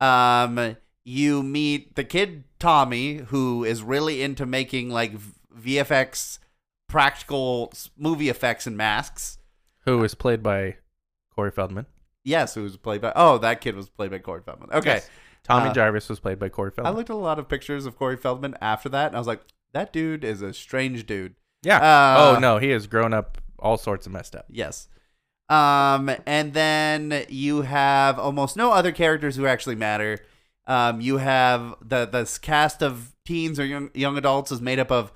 Um, you meet the kid Tommy, who is really into making like v- VFX, practical s- movie effects and masks.
Who was played by Corey Feldman.
Yes, who was played by? Oh, that kid was played by Corey Feldman. Okay,
Yes. Tommy
Uh,
Jarvis was played by Corey
I
Feldman.
looked at a lot of pictures of Corey Feldman after that, and I was like, that dude is a strange dude.
yeah.
uh,
oh, no. He has grown up all sorts of messed up.
Yes. Um, and then you have almost no other characters who actually matter. Um, you have the this cast of teens or young young adults is made up of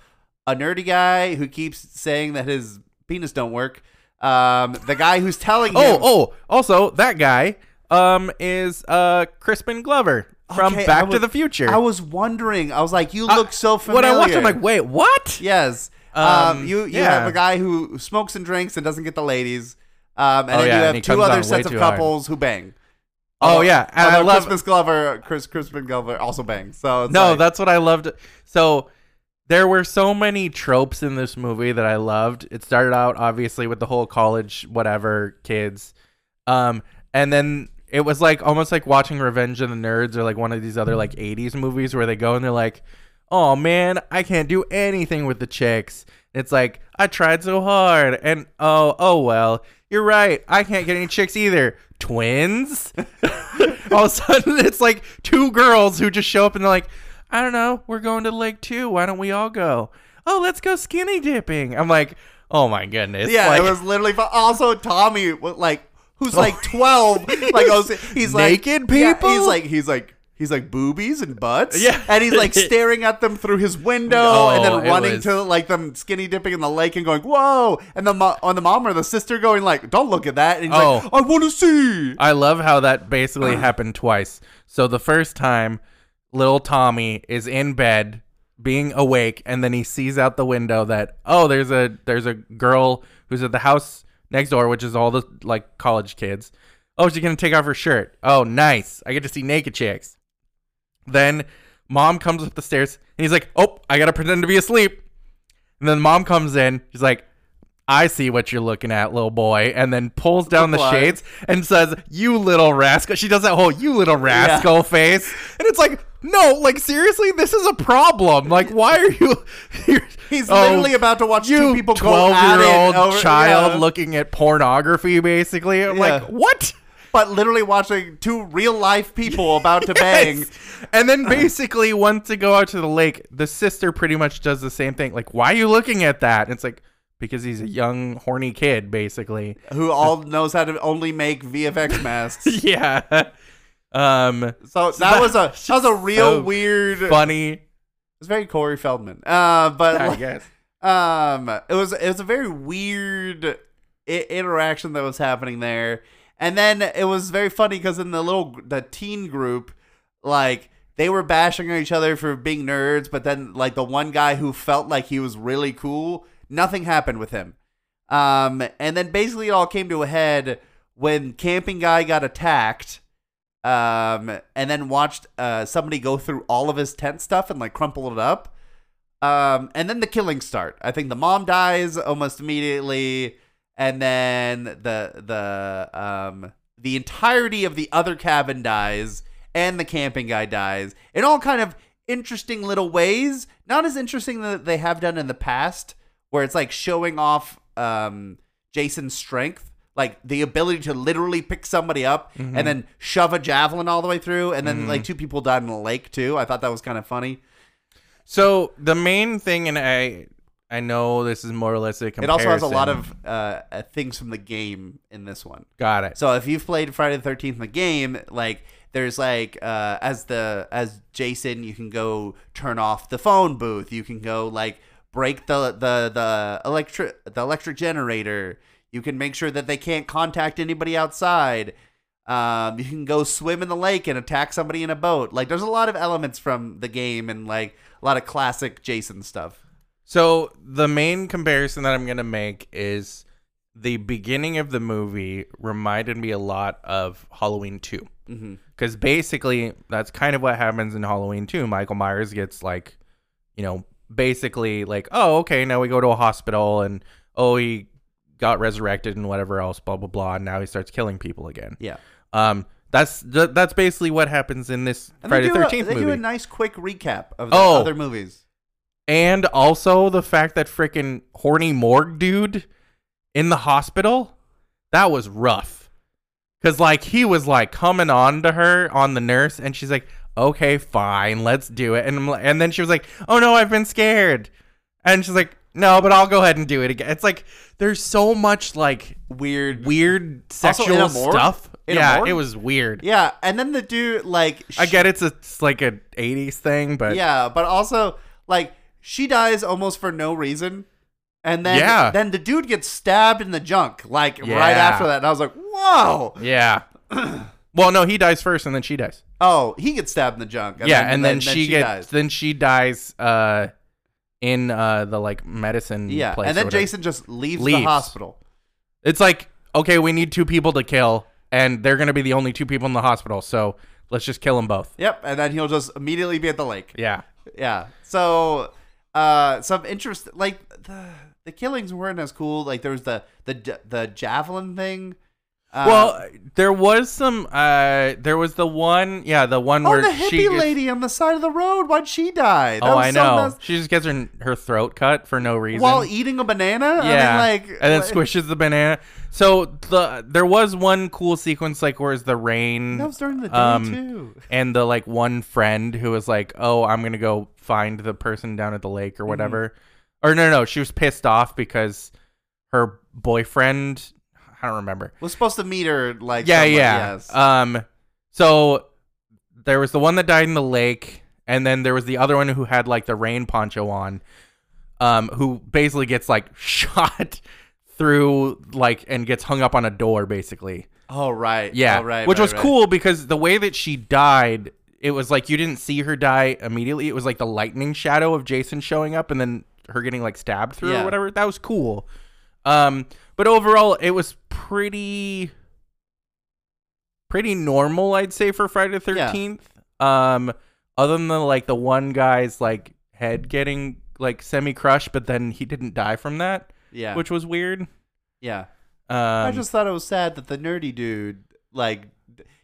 a nerdy guy who keeps saying that his penis don't work. Um, the guy who's telling
Oh,
him,
oh, also, that guy um, is uh, Crispin Glover from
Okay,
Back
I
to
was-
the Future.
I was wondering. I was like, you look
I-
so familiar.
Uh, When I watched, it, I'm like, wait, what?
Yes. Um,
Um,
you you
yeah.
have a guy who smokes and drinks and doesn't get the ladies. Um, and
Oh,
then
yeah,
you
and he
have two
comes
other
on way
sets of
too hard.
couples who bang.
Oh, yeah, and I
although
love-
Christmas Glover. Chris Crispin Glover also bangs. So it's
No,
like-
that's what I loved. So there were so many tropes in this movie that I loved. It started out obviously with the whole college whatever kids, um, and then it was like almost like watching Revenge of the Nerds or like one of these other like '80s movies where they go and they're like, "Oh man, I can't do anything with the chicks." It's like I tried so hard, and oh oh well. You're right. I can't get any chicks either. Twins? [laughs] all of a sudden it's like two girls who just show up and they're like, I don't know, we're going to lake two. Why don't we all go? Oh, let's go skinny dipping. I'm like, oh my goodness.
yeah.
like,
it was literally. But also Tommy, was like, who's
[laughs]
like twelve, like goes- he's like
Naked
yeah, he's
people?
like he's like. He's like boobies and butts,
Yeah.
and he's
[laughs]
like staring at them through his window,
No,
and then
it
running
was-
to like them skinny dipping in the lake and going whoa, and the mo- on the mom or the sister going like don't look at that, and he's
Oh.
like I want to see,
[laughs] I love how that basically happened twice. So the first time, little Tommy is in bed, being awake, and then he sees out the window that oh, there's a there's a girl who's at the house next door, which is all the like college kids. Oh, she's gonna take off her shirt. Oh, nice! I get to see naked chicks. Then mom comes up the stairs and he's like, "Oh, I gotta pretend to be asleep." And then mom comes in. She's like, "I see what you're looking at, little boy," and then pulls down the
What?
shades [laughs] and says, "You little rascal." She does that whole "you little rascal" face, and it's like, no, like seriously, this is a problem. Like, why are you? [laughs] you're-
He's
oh,
literally about to watch two
you
people go at it
twelve-year-old
over-
child
yeah.
looking at pornography, basically. I'm
Yeah.
like, what? [laughs]
but literally watching two real life people about to bang.
Yes.
[clears throat]
And then basically, once they go out to the lake, the sister pretty much does the same thing. Like, why are you looking at that? And it's like, because he's a young, horny
[laughs]
kid, basically.
Who all knows how to only make VFX masks.
yeah. [laughs] Um,
So that was a that was a real
So
weird.
funny.
It's very Corey Feldman. Uh, but
I
like,
guess.
um, it was it was a very weird I- interaction that was happening there. And then it was very funny because in the little the teen group, like they were bashing on each other for being nerds, but then like the one guy who felt like he was really cool, nothing happened with him. Um, and then basically it all came to a head when camping guy got attacked. Um, and then watched uh somebody go through all of his tent stuff and like crumple it up. Um, and then the killings start. I think the mom dies almost immediately, and then the the um the entirety of the other cabin dies, and the camping guy dies in all kind of interesting little ways. Not as interesting that they have done in the past, where it's like showing off um Jason's strength, like the ability to literally pick somebody up and then shove a javelin all the way through, and then like two people died in the lake too. I thought that was kind of funny.
So the main thing, and I I know this is more or less a
It
comparison.
also has a lot of uh, uh, things from the game in this one.
got it.
So if you've played Friday the Thirteenth, the game, like there's like uh, as the as Jason, you can go turn off the phone booth. You can go like break the the the electric the electric generator. You can make sure that they can't contact anybody outside. Um, you can go swim in the lake and attack somebody in a boat. Like there's a lot of elements from the game and like a lot of classic Jason stuff.
So the main comparison that I'm gonna make is the beginning of the movie reminded me a lot of Halloween Two,
Mm-hmm.
because basically that's kind of what happens in Halloween Two. Michael Myers gets like, you know, basically like, oh, okay, now we go to a hospital and oh, he got resurrected and whatever else, blah blah blah, and now he starts killing people again.
Yeah.
Um, that's th- that's basically what happens in this
And
Friday
they
the
do a-
Thirteenth
They do
movie,
a nice quick recap of the
Oh.
other movies.
and also the fact that freaking horny morgue dude in the hospital, that was rough, because like he was like coming on to her on the nurse, and she's like, "Okay, fine, let's do it," and I'm, li- and then she was like, "Oh no, I've been scared," and she's like, "No, but I'll go ahead and do it again." It's like there's so much like
Weird.
weird
Also in a
sexual
morgue?
stuff.
In a
yeah,
morgue?
it was weird.
Yeah, and then the dude like
I
she-
get it's a it's like a '80s thing, but
Yeah, but also like she dies almost for no reason, and then
Yeah.
then the dude gets stabbed in the junk like
Yeah.
right after that, and I was like, whoa.
yeah. [clears throat] well, no, he dies first, and then she dies.
Oh, he gets stabbed in the junk.
yeah, and then, she, gets
dies.
then she dies uh, in uh, the like medicine.
Yeah,
place
and
or
then
whatever.
Jason just leaves, the
Leaves.
hospital.
It's like okay, we need two people to kill, and they're gonna be the only two people in the hospital, so let's just kill them both.
Yep, and then he'll just immediately be at the lake.
Yeah.
yeah. So, uh, some interest like the the killings weren't as cool. Like there was the the the javelin thing. Uh,
well, there was some. Uh, there was the one. Yeah, the one
oh,
where
the
she
hippie
gets-
lady on the side of the road. Why'd she die? That
Oh,
was
I
so
know.
messed-
she just gets her her throat cut for no reason.
While eating a banana.
yeah,
I mean, like
and then
like-
squishes the banana. So the there was one cool sequence like where's the rain.
That was during the day
um,
too.
and the like one friend who was like, "Oh, I'm gonna go find the person down at the lake or
Mm-hmm.
whatever," or no, no, she was pissed off because her boyfriend, I don't remember.
Was supposed to meet her like
yeah,
somewhere,
yeah.
yes.
Um, so there was the one that died in the lake, and then there was the other one who had like the rain poncho on, um, who basically gets like [laughs] shot through like and gets hung up on a door basically.
oh right.
Yeah,
Oh, right.
Which
right,
was
right.
cool because the way that she died, it was like you didn't see her die immediately. It was like the lightning shadow of Jason showing up and then her getting like stabbed through
Yeah.
or whatever. That was cool. Um, but overall, it was pretty, pretty normal, I'd say, for Friday the
Yeah.
Thirteenth. Um, other than the, like the one guy's like head getting like semi crushed, but then he didn't die from that,
Yeah.
which was weird. Um,
yeah. I just thought it was sad that the nerdy dude like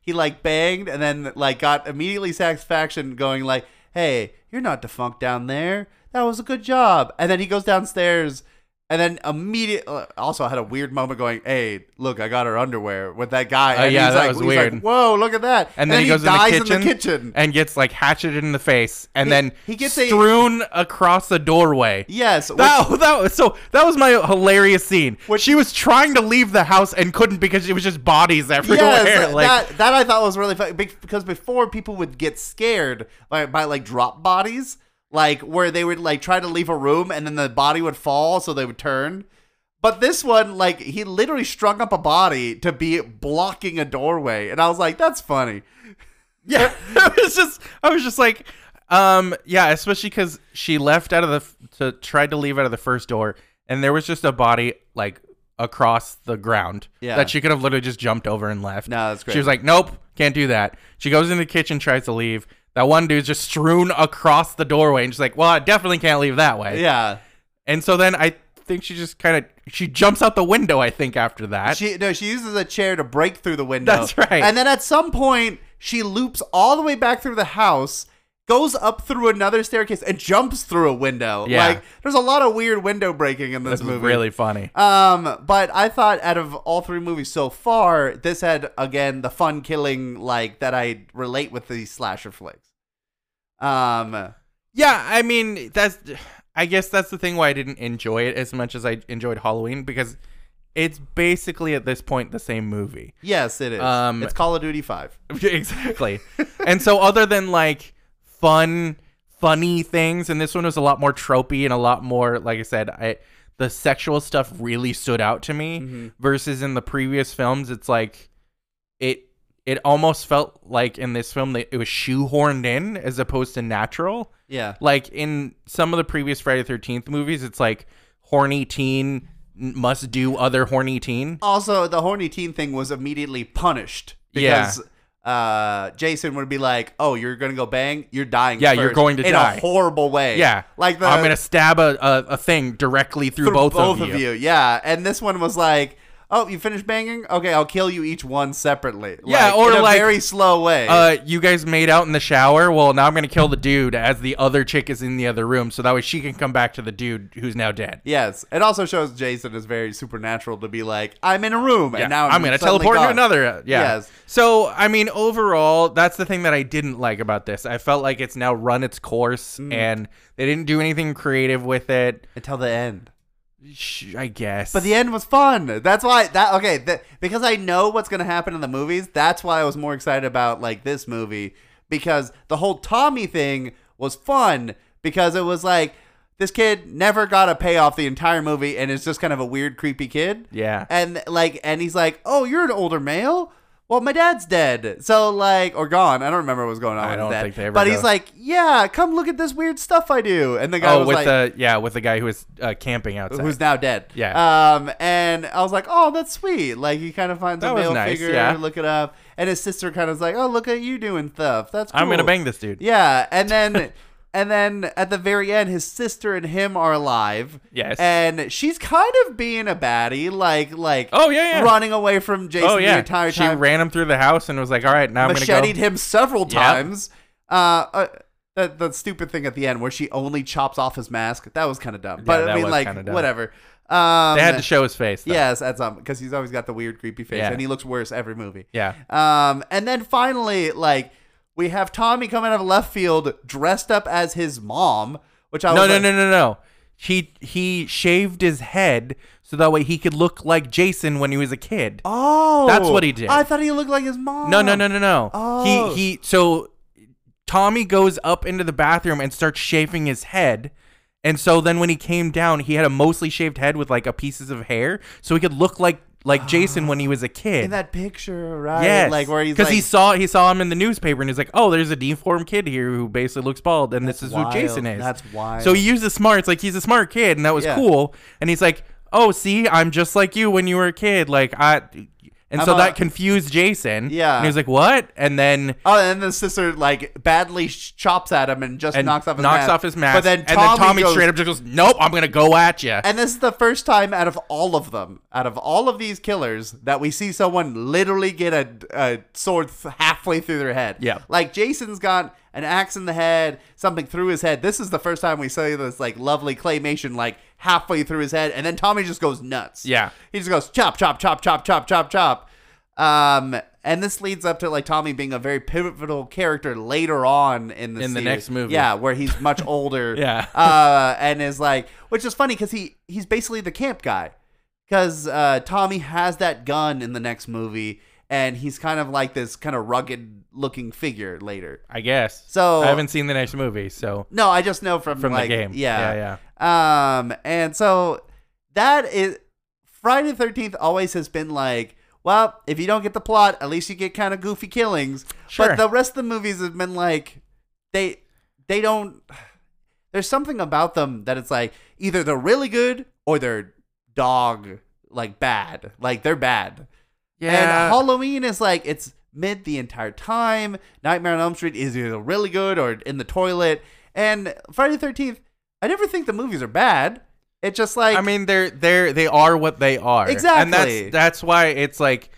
he like banged and then like got immediately satisfaction going like, "Hey, you're not defunct down there. That was a good job." And then he goes downstairs and then immediate uh, also I had a weird moment going, "Hey, look, I got her underwear with that guy."
Oh,
and
yeah,
he's
that
like,
was
he's
weird.
Like, Whoa, look at that!
and, then, he goes
dies
in, the kitchen
kitchen.
and gets like hatcheted in the face, and
He-
then
he
he
gets
gets
a-
strewn across a doorway.
Yes, which-
That, that was so that was my hilarious scene.
Which-
she was trying to leave the house and couldn't because it was just bodies everywhere.
Yes,
[laughs] like
that, that I thought was really funny bec- because before people would get scared by, by like drop bodies, like where they would like try to leave a room and then the body would fall, so they would turn. But this one, like, he literally strung up a body to be blocking a doorway, and I was like, "That's funny."
[laughs] Yeah, it was just I was just like, um, yeah, especially because she left out of the f- to tried to leave out of the first door, and there was just a body like across the ground
Yeah.
that she could have literally just jumped over and left.
No, that's great.
She was like, nope, can't do that. She goes in the kitchen, tries to leave. That one dude's just strewn across the doorway, and she's like, well, I definitely can't leave that way.
"Yeah."
And so then I think she just kind of she jumps out the window. I think after that.
She no, she uses a chair to break through the window.
That's right.
And then at some point, she loops all the way back through the house, goes up through another staircase, and jumps through a window.
Yeah.
Like there's a lot of weird window breaking in this
this was
movie.
really funny.
Um, but I thought out of all three movies so far, this had again the fun killing like that I relate with these slasher flicks. Um,
Yeah, I mean that's I guess that's the thing why I didn't enjoy it as much as I enjoyed Halloween because it's basically at this point the same movie. [laughs]
yes, it is.
Um,
it's Call of Duty Five.
exactly. and so other than like fun funny things and this one was a lot more tropey and a lot more like I said I the sexual stuff really stood out to me versus in the previous films it's like it it almost felt like in this film that it was shoehorned in as opposed to natural
Yeah.
like in some of the previous Friday Thirteenth movies, it's like horny teen n- must do other horny teen.
Also, the horny teen thing was immediately punished
Yeah.
because uh, Jason would be like, "Oh, you're gonna go bang? You're dying.
Yeah, you're
first,"
going to
in
die.
a horrible way.
Yeah,
like the [laughs]
I'm gonna stab a, a, a thing directly through,
through
both, of, you.
Yeah, and this one was like. Oh, you finished banging? Okay, I'll kill you each one separately.
Yeah, or
in a
like,
very slow way.
Uh, you guys made out in the shower. Well, now I'm gonna kill the dude as the other chick is in the other room, so that way she can come back to the dude who's now dead.
Yes, it also shows Jason is very supernatural to be like, I'm in a room,
Yeah,
and now I'm,
I'm gonna
suddenly
teleport
gone.
to another. uh, Yeah.
Yes.
So I mean, overall, that's the thing that I didn't like about this. I felt like it's now run its course,
Mm.
and they didn't do anything creative with it.
until the end.
Sh- I guess.
But the end was fun. That's why that okay. That, because I know what's gonna happen in the movies. That's why I was more excited about like this movie because the whole Tommy thing was fun because it was like this kid never got a payoff the entire movie and is just kind of a weird, creepy kid.
Yeah.
and like and he's like oh you're an older male well my dad's dead so like or gone i don't remember what was going on
I
with
don't
that.
think they ever
but he's
know.
like yeah come look at this weird stuff i do and the guy
Oh,
was
with
like
the yeah, with the guy who was uh, camping outside.
who's now dead
Yeah.
um and i was like oh that's sweet like he kind of finds
That
a
was
male
nice,
figure
yeah.
look it up and his sister kind of was like oh look at you doing stuff that's cool.
I'm gonna bang this dude.
Yeah, and
[laughs]
then and then at the very end, his sister and him are alive.
Yes.
and she's kind of being a baddie, like like
Oh, yeah, yeah.
running away from Jason
Oh
the
yeah,
entire
she
time.
ran him through the house and was like, "All right, now I'm gonna go."
macheted him several times. Uh, uh that that stupid thing at the end where she only chops off his mask that was kind of dumb. but I
that
mean,
was
like
kinda dumb.
whatever. Um,
They had to show his face. though.
Yes, that's um, because he's always got the weird, creepy face,
Yeah.
and he looks worse every movie.
Yeah.
Um, and then finally, like we have Tommy come out of left field dressed up as his mom, which I
No,
was
no,
like,
no, no, no. He he shaved his head so that way he could look like Jason when he was a kid.
Oh,
That's what he did.
I thought he looked like his mom.
No, no, no, no, no.
Oh.
He he. So Tommy goes up into the bathroom and starts shaving his head. And so then when he came down, he had a mostly shaved head with like a pieces of hair, so he could look like like Jason when he was a kid.
In that picture, right?
Yes,
like where he's
because
like,
he saw he saw him in the newspaper and he's like, oh, there's a deformed kid here who basically looks bald, and this
That's
is who Jason
wild.
is.
That's wild.
So he used the smarts, like he's a smart kid, and that was
Yeah.
cool. And he's like, oh, see, I'm just like you when you were a kid, like I. And
I'm
so
a-
that confused Jason.
Yeah.
and he was like, what? And then.
Oh, and the sister like badly sh- chops at him and just
And
knocks off his
knocks
mask.
off his mask,
But then Tommy,
and then Tommy
goes,
straight up just goes, "Nope, I'm gonna go at you."
And this is the first time out of all of them, out of all of these killers, that we see someone literally get a, a sword th- halfway through their head.
Yeah.
Like Jason's got an axe in the head, something through his head. This is the first time we see this like lovely claymation like halfway through his head, and then Tommy just goes nuts.
Yeah.
He just goes chop, chop, chop, chop, chop, chop, chop. Um, and this leads up to like Tommy being a very pivotal character later on in the
In the
series.
next movie.
Yeah, where he's much older.
Yeah.
uh, and is like, which is funny because he he's basically the camp guy, because uh, Tommy has that gun in the next movie, and he's kind of like this kind of rugged looking figure later.
I guess.
So-
I haven't seen the next movie, so
No, I just know from
From the
like,
game.
Yeah,
Yeah,
yeah. Um, and so that is Friday the 13th always has been like, well, if you don't get the plot, at least you get kind of goofy killings.
Sure.
But the rest of the movies have been like, they they don't. There's something about them that it's like either they're really good or they're dog like bad, like they're bad. And Halloween is like it's mid the entire time. Nightmare on Elm Street is either really good or in the toilet. And Friday the 13th, I never think the movies are bad. It's just like
I mean, they're they're they are what they are. and
Exactly.
that's that's why it's like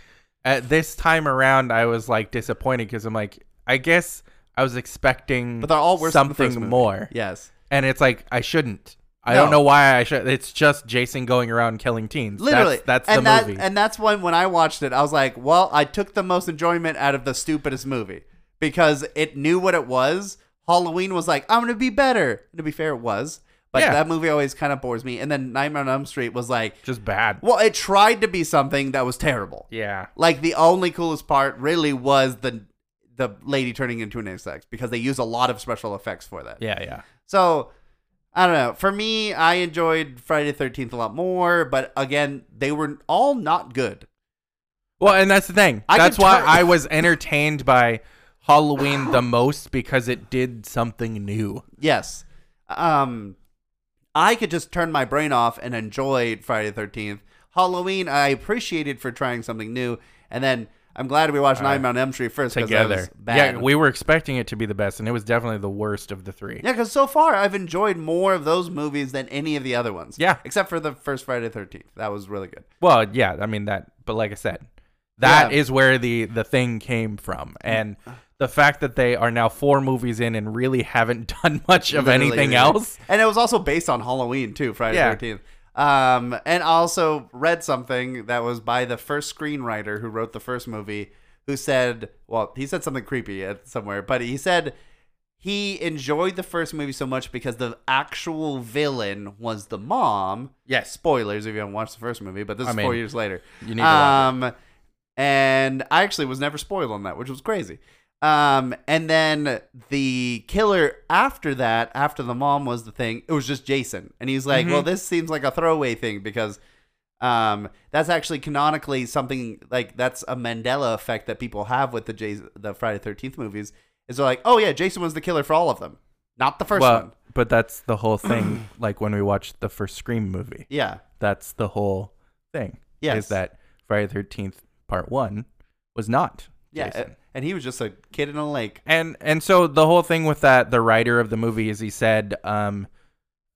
at this time around, I was like disappointed because I'm like, I guess I was expecting,
but they're all worse than the
something
first movie.
more,
Yes.
and it's like I shouldn't. I
No.
don't know why I should. It's just Jason going around killing teens. That's-
Literally.
that's,
and
the
that,
movie.
And that's when when I watched it, I was like, well, I took the most enjoyment out of the stupidest movie because it knew what it was. Halloween was like, I'm going to be better. And to be fair, it was. But
Yeah.
that movie always kind of bores me. And then Nightmare on Elm Street was like,
just bad.
well, it tried to be something that was terrible.
Yeah.
Like the only coolest part really was the the lady turning into an insect because they use a lot of special effects for that.
Yeah. Yeah.
So I don't know. For me, I enjoyed Friday the 13th a lot more, but again, they were all not good.
Well, and that's the thing.
I
that's
could
why
turn-
I was entertained by Halloween the most because it did something new.
Yes. Um I could just turn my brain off and enjoy Friday the 13th. Halloween I appreciated for trying something new and then I'm glad we watched Nightmare on Elm Street first because that was
together.
bad.
Yeah, we were expecting it to be the best, and it was definitely the worst of the three.
Yeah, because so far I've enjoyed more of those movies than any of the other ones.
Yeah.
Except for the first Friday the 13th. That was really good.
Well, yeah, I mean that, but like I said, that is
Yeah.
where the the thing came from, and the fact that they are now four movies in and really haven't [laughs] done much of
Literally,
anything
literally.
else.
And it was also based on Halloween, too, Friday
Yeah.
the 13th. Um, and I also read something that was by the first screenwriter who wrote the first movie, who said, well, he said something creepy at somewhere, but he said he enjoyed the first movie so much because the actual villain was the mom.
Yes.
Spoilers if you haven't watched the first movie, but this
I
is
mean,
four years later.
You need to watch
Um, and I actually was never spoiled on that, which was crazy. Um, and then the killer after that, after the mom was the thing, it was just Jason, and he's like,
Mhm.
"Well, this seems like a throwaway thing because." Um, that's actually canonically something like that's a Mandela effect that people have with the Jas the Friday Thirteenth movies. Is they're like, oh yeah, Jason was the killer for all of them, not the
it.
first one.
Well, but that's the whole thing. [clears throat] like when we watched the first Scream movie,
Yeah,
that's the whole thing.
Yes.
Is that Friday Thirteenth Part One was not.
yeah,
Jason.
and he was just a kid in a lake.
And and so the whole thing with that, the writer of the movie is he said, um,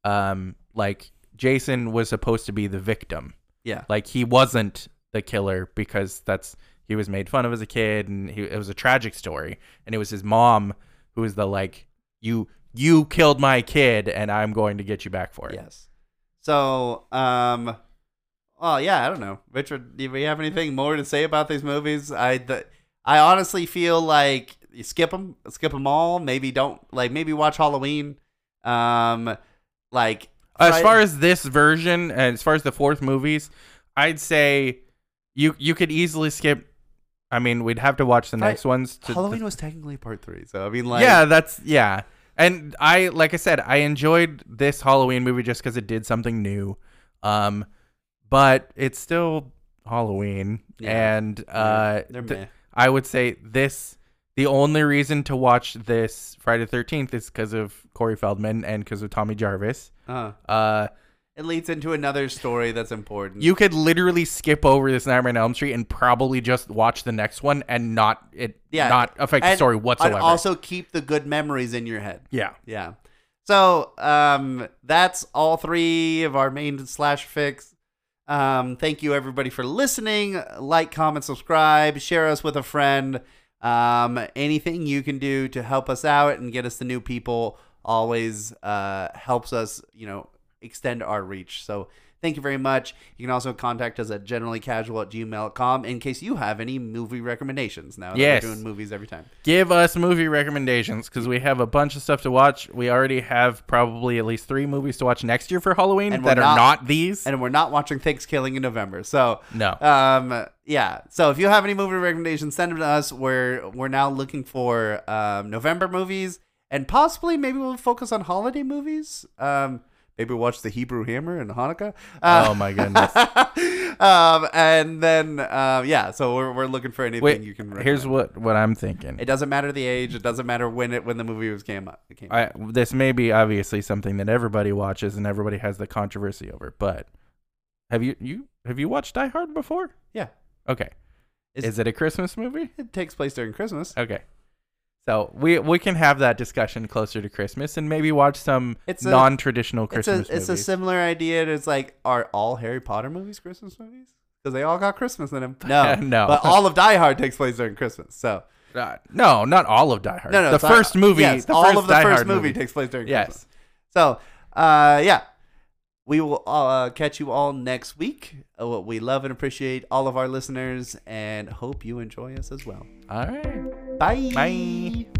um, like Jason was supposed to be the victim,
Yeah,
like he wasn't the killer because that's he was made fun of as a kid, and he, it was a tragic story, and it was his mom who was the like you you killed my kid, and I'm going to get you back for it.
Yes. So, um, oh yeah, I don't know, Richard. Do we have anything more to say about these movies? I, th- I honestly feel like you skip them, skip them all. Maybe don't like maybe watch Halloween. Um, like
As
Fri-
far as this version, and as far as the fourth movies, I'd say you you could easily skip. I mean, we'd have to watch the
Fri-
next ones. To,
Halloween was technically part three, so I mean, like
yeah, that's yeah. And I like I said, I enjoyed this Halloween movie just because it did something new. Um, but it's still Halloween,
Yeah.
and
they're-
uh,
they're
th-
meh.
I would say this. The only reason to watch this Friday Thirteenth is because of Corey Feldman and because of Tommy Jarvis.
Uh,
Uh,
it leads into another story that's important.
you could literally skip over this Nightmare on Elm Street and probably just watch the next one and not it
Yeah,
not affect the
And-
story whatsoever.
And also keep the good memories in your head.
yeah,
Yeah. So um, that's all three of our main slash fix. Um, thank you everybody for listening. Like, comment, subscribe, share us with a friend. Um, anything you can do to help us out and get us the new people always uh, helps us, you know, extend our reach. So thank you very much. You can also contact us at generallycasual at gmail.com in case you have any movie recommendations now that
Yes.
we're doing movies every time.
give us movie recommendations because we have a bunch of stuff to watch. We already have probably at least three movies to watch next year for Halloween
And we're
that are
not-
not these.
and we're not watching Thanksgiving in November. So
No.
um, yeah. So if you have any movie recommendations, send them to us. We're we're now looking for um, November movies, and possibly maybe we'll focus on holiday movies. Um, Maybe watch the Hebrew Hammer and Hanukkah. Uh,
oh
[laughs]
my goodness. Uh,
um, and then um, yeah, so we're, we're looking for anything
Wait,
you can.
here's
recommend.
what what I'm thinking.
it doesn't matter the age. It doesn't matter when it when the movie was came up. It came
I, this may be obviously something that everybody watches and everybody has the controversy over, but have you you have you watched Die Hard before?
Yeah.
Okay.
Is-
Is it a Christmas movie?
It takes place during Christmas.
Okay. So we we can have that discussion closer to Christmas and maybe watch some
It's a-
non-traditional
It's
Christmas
a it's a
movies.
similar idea. It's like are all Harry Potter movies Christmas movies? Because they all got Christmas
[laughs]
in them. No,
No.
But all of Die Hard takes place during Christmas. So
Uh, no, not all of Die Hard.
no, no.
the
so-
first movie,
yes,
the
all
first
of the
Die
first
Hard
movie, takes place during Christmas.
Yes.
So, uh, yeah, we will uh, catch you all next week. Uh, We love and appreciate all of our listeners and hope you enjoy us as well.
All right.
Bye.
Bye.